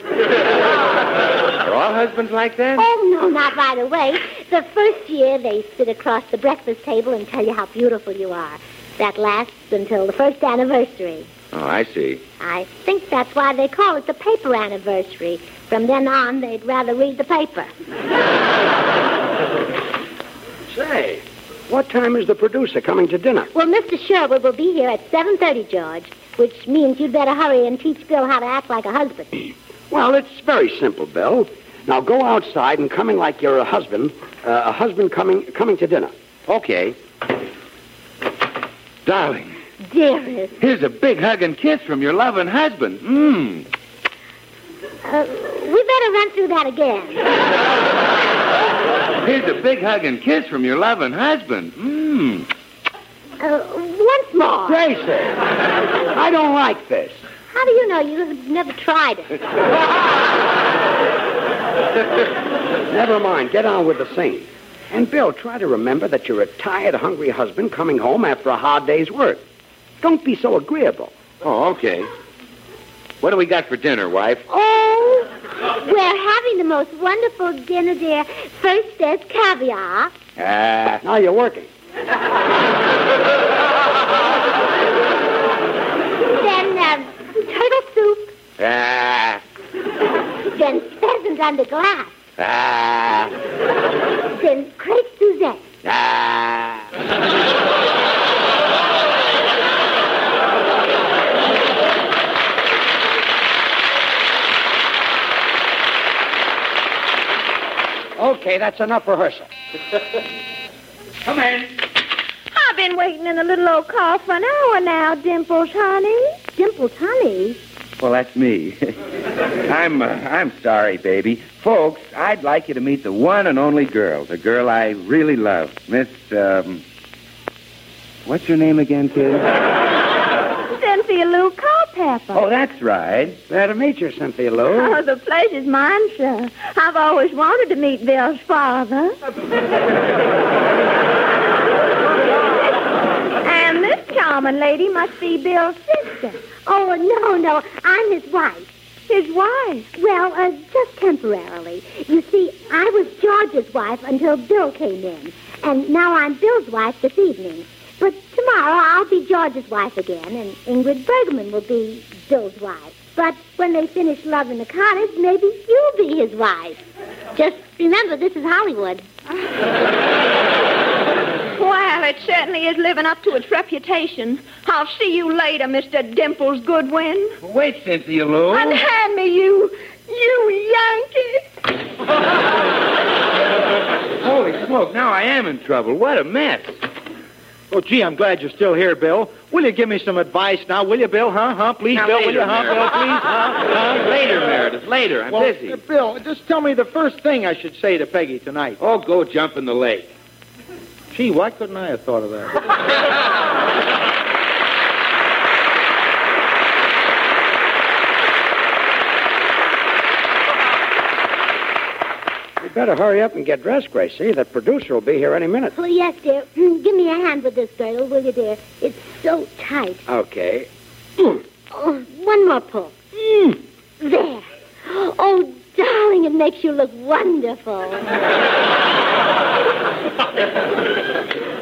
L: Are all husbands like that? Oh, no, not right away. The first year they sit across the breakfast table and tell you how beautiful you are. That lasts until the first anniversary.
K: Oh, I see.
L: I think that's why they call it the paper anniversary. From then on, they'd rather read the paper.
M: Say, what time is the producer coming to dinner?
L: Well, Mr. Sherwood will be here at 7.30, George, which means you'd better hurry and teach Bill how to act like a husband. Uh,
M: Well, it's very simple, Bill. Now go outside and come in like you're a husband, uh, a husband coming coming to dinner. Okay.
K: Darling,
L: Dearest.
K: here's a big hug and kiss from your loving husband. Mmm.
L: Uh, we better run through that again.
K: Here's a big hug and kiss from your loving husband. Mmm.
L: Uh, once more.
M: Gracie, I don't like this.
L: How do you know? You've never tried it.
M: Never mind. Get on with the scene. And Bill, try to remember that you're a tired, hungry husband coming home after a hard day's work. Don't be so agreeable.
K: Oh, okay. What do we got for dinner, wife?
L: oh, we're having the most wonderful dinner, dear. First there's caviar.
K: Ah.
M: now you're working.
L: Then um, turtle soup.
K: Ah.
L: Then pheasant under glass.
K: Ah.
L: Then crepe Suzette.
K: Ah.
M: Okay, that's enough [laughs] rehearsal.
Q: Come in.
O: I've been waiting in the little old car for an hour now, Dimples, honey.
L: Dimples,
K: [laughs]
L: honey?
K: Well, that's [laughs] me. I'm uh, I'm sorry, baby. Folks, I'd like you to meet the one and only girl, the girl I really love, Miss. Um, what's your name again, kid?
O: Cynthia Lou Culpepper.
K: Oh, that's right.
M: Glad to meet you, Cynthia Lou.
O: Oh, the pleasure's mine, sir. I've always wanted to meet
K: [laughs]
O: Bill's father. and this charming lady must be Bill's sister.
L: Oh, no, no. I'm his wife.
O: His wife?
L: Well, uh, just temporarily. You see, I was George's wife until Bill came in, and now I'm Bill's wife this evening. But tomorrow I'll be George's wife again, and Ingrid Bergman will be Bill's wife. But when they finish love in the cottage, maybe you'll be his wife. Just remember, this is Hollywood.
O: Well, it certainly is living up to its reputation. I'll see you later, Mr. Dimples Goodwin.
K: Wait, Cynthia Lou.
O: Unhand me, you, you Yankee.
K: Holy smoke! Now I am in trouble. What a mess.
N: Oh, gee, I'm glad you're still here, Bill. Will you give me some advice now, will you, Bill? Huh? Huh? Please,
K: Now,
N: Bill, will
K: later,
N: you? Huh,
K: Meredith.
N: Bill, please? Huh? Huh?
K: Later, Meredith, later. I'm
N: well,
K: busy.
N: uh, Bill, just tell me the first thing I should say to Peggy tonight.
K: Oh, go jump in the lake.
N: Gee, why couldn't I have thought of that?
M: You better hurry up and get dressed, Gracie. The producer will be here any minute.
L: Oh, yes, dear. [clears throat] Mm, Give me a hand with this girdle, will you, dear? It's so tight.
M: Okay.
L: Oh, one more pull. There. Oh, darling, it makes you look wonderful.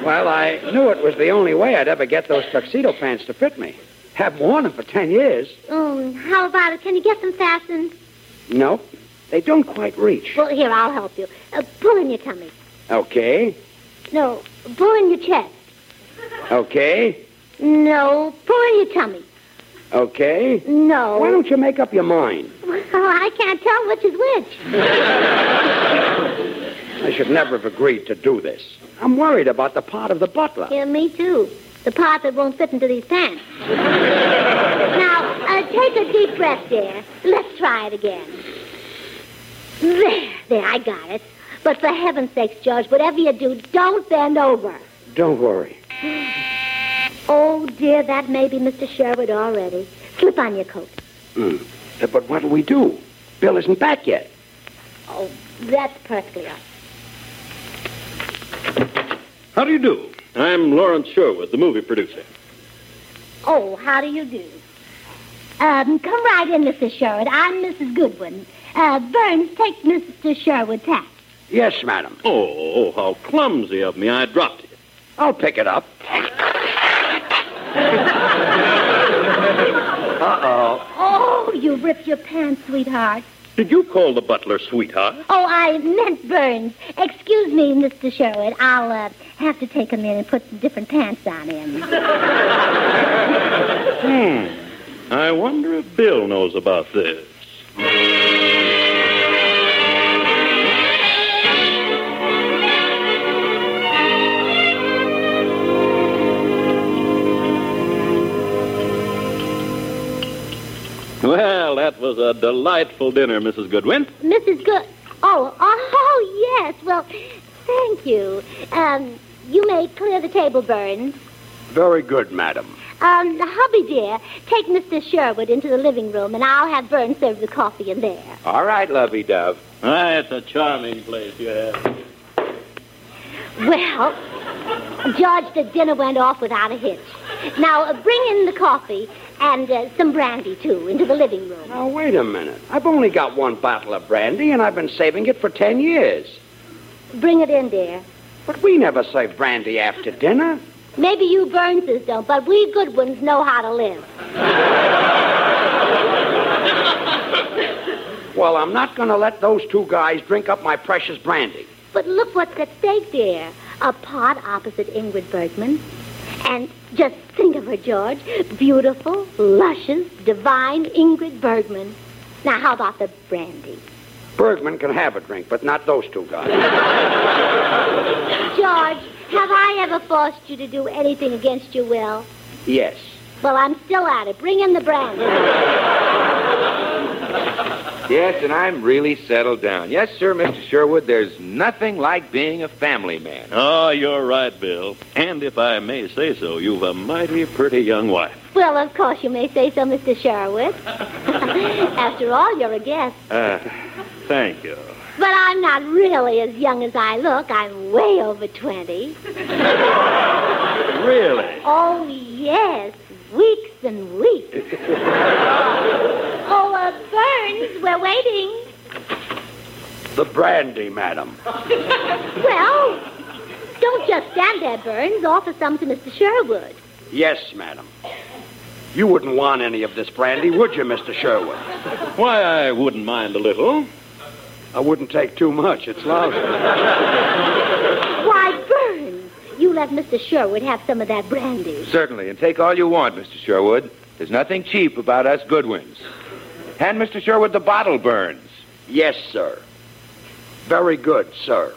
M: Well, I knew it was the only way I'd ever get those tuxedo pants to fit me. Have worn them for ten years.
L: Oh, and how about it? Can you get them fastened?
M: Nope. They don't quite reach.
L: Well, here, I'll help you. Uh, pull in your tummy.
M: Okay.
L: No, pull in your chest.
M: Okay.
L: No, pull in your tummy. [laughs]
M: Okay.
L: No.
M: Why don't you make up your mind?
L: Well, I can't tell which is which.
M: I should never have agreed to do this. I'm worried about the part of the butler.
L: yeah, me too. The part that won't fit into these pants. now, uh, take a deep breath, dear. Let's try it again. There, there, I got it. But for heaven's sakes, George, whatever you do, don't bend over.
M: Don't worry.
L: Oh, dear, that may be Mr. Sherwood already. Slip on your coat.
M: Hmm. Uh, But what'll we do? Bill isn't back yet.
L: Oh, that's perfectly all.
R: How do you do? I'm Lawrence Sherwood, the movie producer.
L: Oh, how do you do? Um, come right in, Mrs. Sherwood. I'm Mrs. Goodwin. Uh, Burns, take Mr. Sherwood's hat.
R: Yes, madam. Oh, oh, how clumsy of me. I dropped it. I'll pick it up.
L: Uh-oh. Oh, you ripped your pants, sweetheart.
R: Did you call the butler sweetheart?
L: Oh, I meant Burns. Excuse me, Mr. Sherwood. I'll uh, have to take him in and put some different pants on him.
R: Hmm. I wonder if Bill knows about this. Well, that was a delightful dinner, Mrs. Goodwin.
L: Mrs. Good. Oh, oh, yes. Well, thank you. Um, you may clear the table, Burns.
M: Very good, madam.
L: Um, hubby dear, take Mr. Sherwood into the living room, and I'll have Burns serve the coffee in there.
M: All right, lovey dove.
R: That's Ah, a charming place you have.
L: Well, George, the dinner went off without a hitch. Now uh, bring in the coffee and uh, some brandy too into the living room.
M: Now, wait a minute. I've only got one bottle of brandy, and I've been saving it for ten years.
L: Bring it in, dear.
M: But we never serve brandy after dinner.
L: Maybe you Burnses don't, but we good ones know how to live.
M: Well, I'm not going to let those two guys drink up my precious brandy.
L: But look what's at stake, dear. A pot opposite Ingrid Bergman. And just think of her, George. Beautiful, luscious, divine Ingrid Bergman. Now, how about the brandy?
M: Bergman can have a drink, but not those two guys.
L: George, have I ever forced you to do anything against your will?
M: yes.
L: Well, I'm still at it. Bring in the brandy.
K: Yes, and I'm really settled down. Yes, sir, Mr. Sherwood, there's nothing like being a family man.
R: Oh, you're right, Bill. And if I may say so, you've a mighty pretty young wife.
L: Well, of course, you may say so, Mr. Sherwood. [laughs] After all, you're a guest.
R: Uh, thank you.
L: But I'm not really as young as I look. I'm way over 20.
R: Really?
L: Oh, yes. Weeks
K: [laughs]
L: and weeks. oh, uh, Burns, we're waiting.
M: The brandy, madam.
L: Well, don't just stand there, Burns. Offer some to Mr. Sherwood.
M: Yes, madam. You wouldn't want any of this brandy, would you, Mr. Sherwood?
R: Why, I wouldn't mind a little.
M: I wouldn't take too much. It's
K: Oh,
M: lousy.
L: Why, Burns, you let Mr. Sherwood have some of that brandy.
K: Certainly, and take all you want, Mr. Sherwood. There's nothing cheap about us Goodwins. Hand Mr. Sherwood the bottle, Burns.
M: Yes, sir. Very good, sir.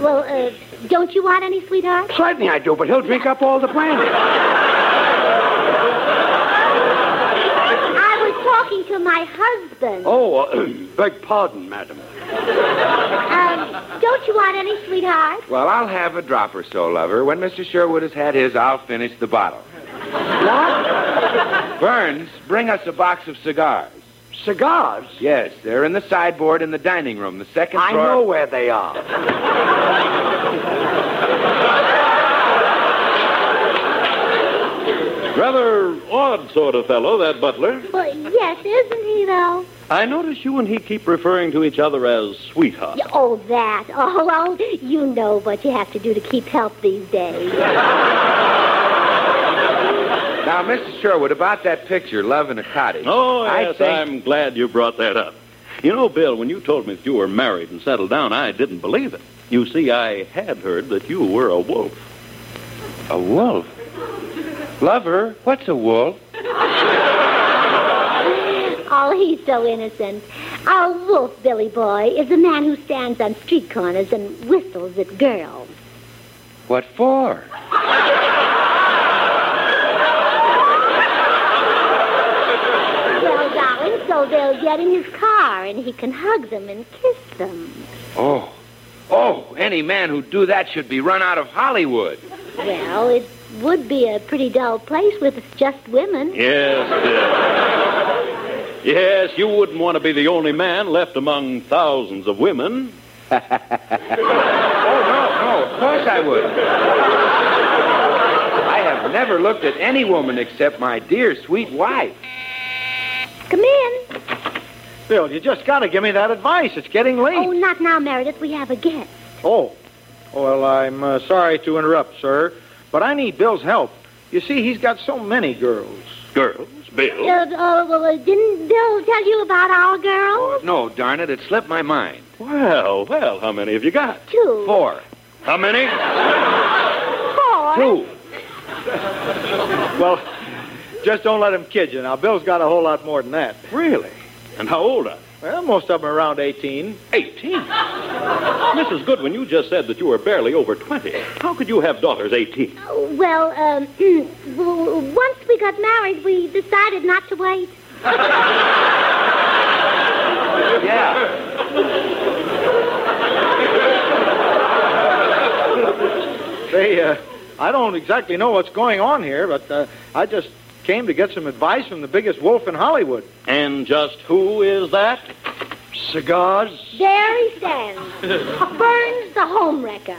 L: Well, uh, don't you want any, sweetheart?
M: Certainly I do, but he'll drink up all the brandy.
L: I was talking to my husband.
M: Oh, uh, [clears throat] beg pardon, madam.
L: Um, don't you want any, sweetheart?
K: Well, I'll have a drop or so, lover. When Mr. Sherwood has had his, I'll finish the bottle. What? Burns, bring us a box of cigars.
M: Cigars?
K: Yes, they're in the sideboard in the dining room, the second
M: I
K: drawer.
M: know where they are.
R: Rather odd sort of fellow, that butler.
L: Well, yes, isn't he, though?
R: I notice you and he keep referring to each other as sweetheart.
L: Y- Oh, that. [laughs] Oh, well, you know what you have to do to keep health these days.
K: Now, Mr. Sherwood, about that picture, Love in a Cottage.
R: Oh,
K: I
R: yes,
K: think-
R: I'm glad you brought that up. You know, Bill, when you told me that you were married and settled down, I didn't believe it. You see, I had heard that you were a wolf.
K: A wolf? Lover, what's a wolf?
L: Oh, he's so innocent. Our wolf, Billy Boy, is a man who stands on street corners and whistles at girls.
K: What for?
L: Well, darling, so they'll get in his car and he can hug them and kiss them.
K: Oh. Oh, any man who do that should be run out of Hollywood.
L: Well, it would be a pretty dull place with just women.
R: Yes, Bill. Yes, you wouldn't want to be the only man left among thousands of [laughs] women. oh, no,
K: no, Oh, of course I would. I have never looked at any woman except my dear, sweet wife.
L: Come in.
N: Bill, you [laughs] just got to give me that advice. It's getting late.
L: Oh, not now, Meredith. We have a guest.
N: Oh, well, I'm uh, sorry to interrupt, sir, but I need Bill's help. You see, he's got so many girls.
R: Girls? Bill?
L: Uh, oh, well, uh, didn't Bill tell you about our girl?
R: No, darn it, it slipped my mind. Well, well, how many have you got?
L: Two.
R: Four. How many?
L: Four.
N: Two. well, just don't let him kid you. Now, Bill's got a whole lot more than that. Really?
R: And how old are
N: Well, most of them are around 18.
R: 18? Mrs. Goodwin, you just said that you were barely over 20. How could you have daughters 18?
L: Well, um, [clears throat] w- once we got married, we decided not to wait.
N: Say, uh, I don't exactly know what's going on here, but uh, I just came to get some advice from the biggest wolf in Hollywood.
R: And just who is that? [laughs]
N: Cigars?
L: There he stands. Burns the homewrecker.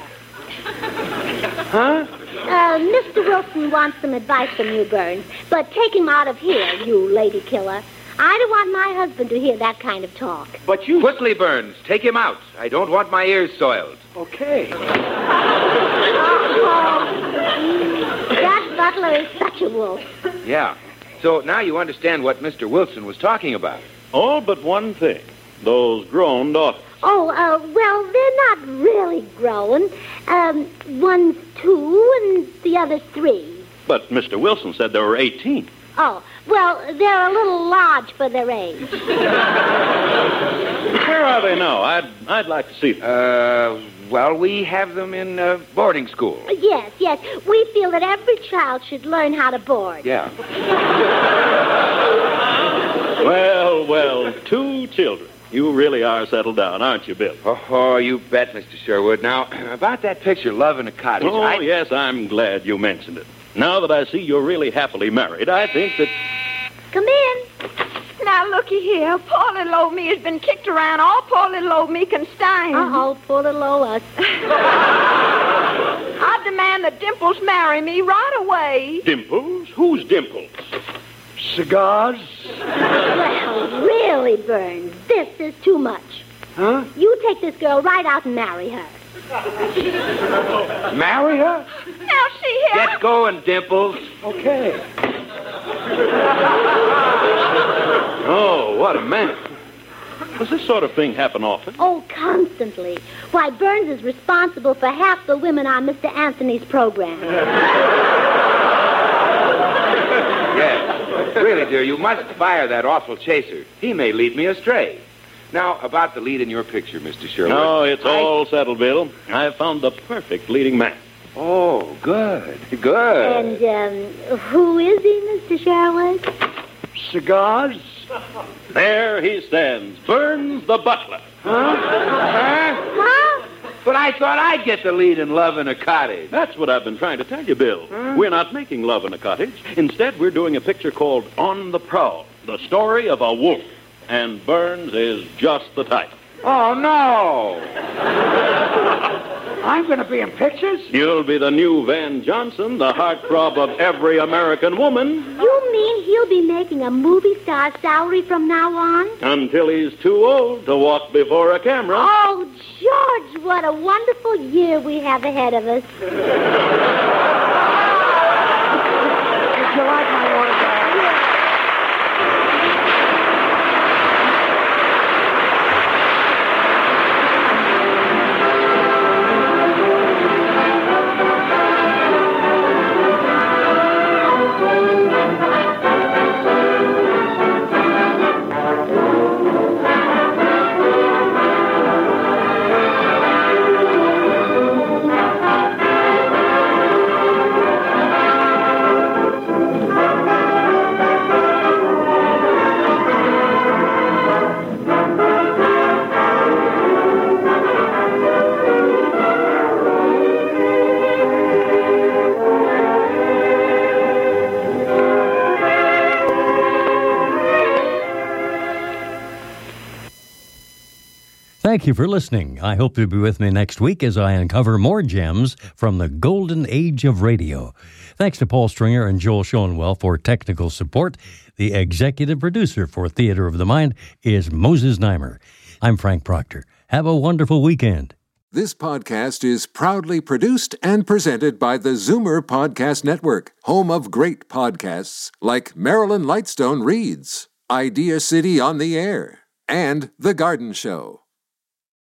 N: Huh?
L: Uh, Mr. Wilson wants some advice from you, Burns, but take him out of here, you lady killer. I don't want my husband to hear that kind of talk.
K: But you. Quickly, Burns. Take him out. I don't want my ears soiled.
N: Okay.
L: That butler is such a wolf.
K: Yeah. So now you understand what Mr. Wilson was talking about.
R: All but one thing. Those grown daughters.
L: Oh, uh, well, they're not really growing. Um, one's two and the other's three.
R: But Mr. Wilson said there were 18.
L: Oh, well, they're a little large for their age.
R: Where are they now? I'd, I'd like to see them.
K: Uh, well, we have them in uh, boarding school.
L: yes, yes. We feel that every child should learn how to board.
K: Yeah.
R: Well, well, two children. You really are settled down, aren't you, Bill?
K: Oh, you bet, Mr. Sherwood. Now, [clears throat] about that picture, Love in a Cottage.
R: Oh,
K: I-
R: yes, I'm glad you mentioned it. Now that I see you're really happily married, I think that.
O: Come in. Now, looky here. Poor little old me has been kicked around all poor little old me can stand.
L: Uh-oh, poor little old
O: [laughs]
L: us.
O: I demand that Dimples marry me right away.
R: Dimples? Who's Dimples?
N: Cigars?
L: Well, really, Burns, this is too much.
N: Huh?
L: You take this girl right out and marry her.
K: Marry her?
O: Now, see here.
K: Get going, Dimples.
N: Okay.
R: Oh, what a man. Does this sort of thing happen often?
L: Oh, constantly. Why, Burns is responsible for half the women on Mr. Anthony's program.
K: Yes. really, dear, you must fire that awful chaser. He may lead me astray. Now, about the lead in your picture, Mr. Sherwood.
R: No, it's all settled, Bill. I've found the perfect leading man.
K: Oh, good. Good.
L: and, um, who is he, Mr. Sherwood?
N: Cigars?
R: There he stands, Burns the butler.
K: Huh?
L: Huh?
K: But I thought I'd get the lead in Love in a Cottage.
R: That's what I've been trying to tell you, Bill. We're not making love in a cottage. Instead, we're doing a picture called On the Prowl, the story of a wolf. And Burns is just the type.
K: Oh, no.
M: I'm going to be in pictures?
R: You'll be the new Van Johnson, the heartthrob of every American woman,
L: You mean he'll be making a movie star's salary from now on?
R: until he's too old to walk before a camera.
L: Oh, George, what a wonderful year we have ahead of us.
A: Thank you for listening. I hope you'll be with me next week as I uncover more gems from the golden age of radio. Thanks to Paul Stringer and Joel Schoenwell for technical support. The executive producer for Theater of the Mind is Moses Neimer. I'm Frank Proctor. Have a wonderful weekend.
S: This podcast is proudly produced and presented by the Zoomer Podcast Network, home of great podcasts like Marilyn Lightstone Reads, Idea City on the Air, and The Garden Show.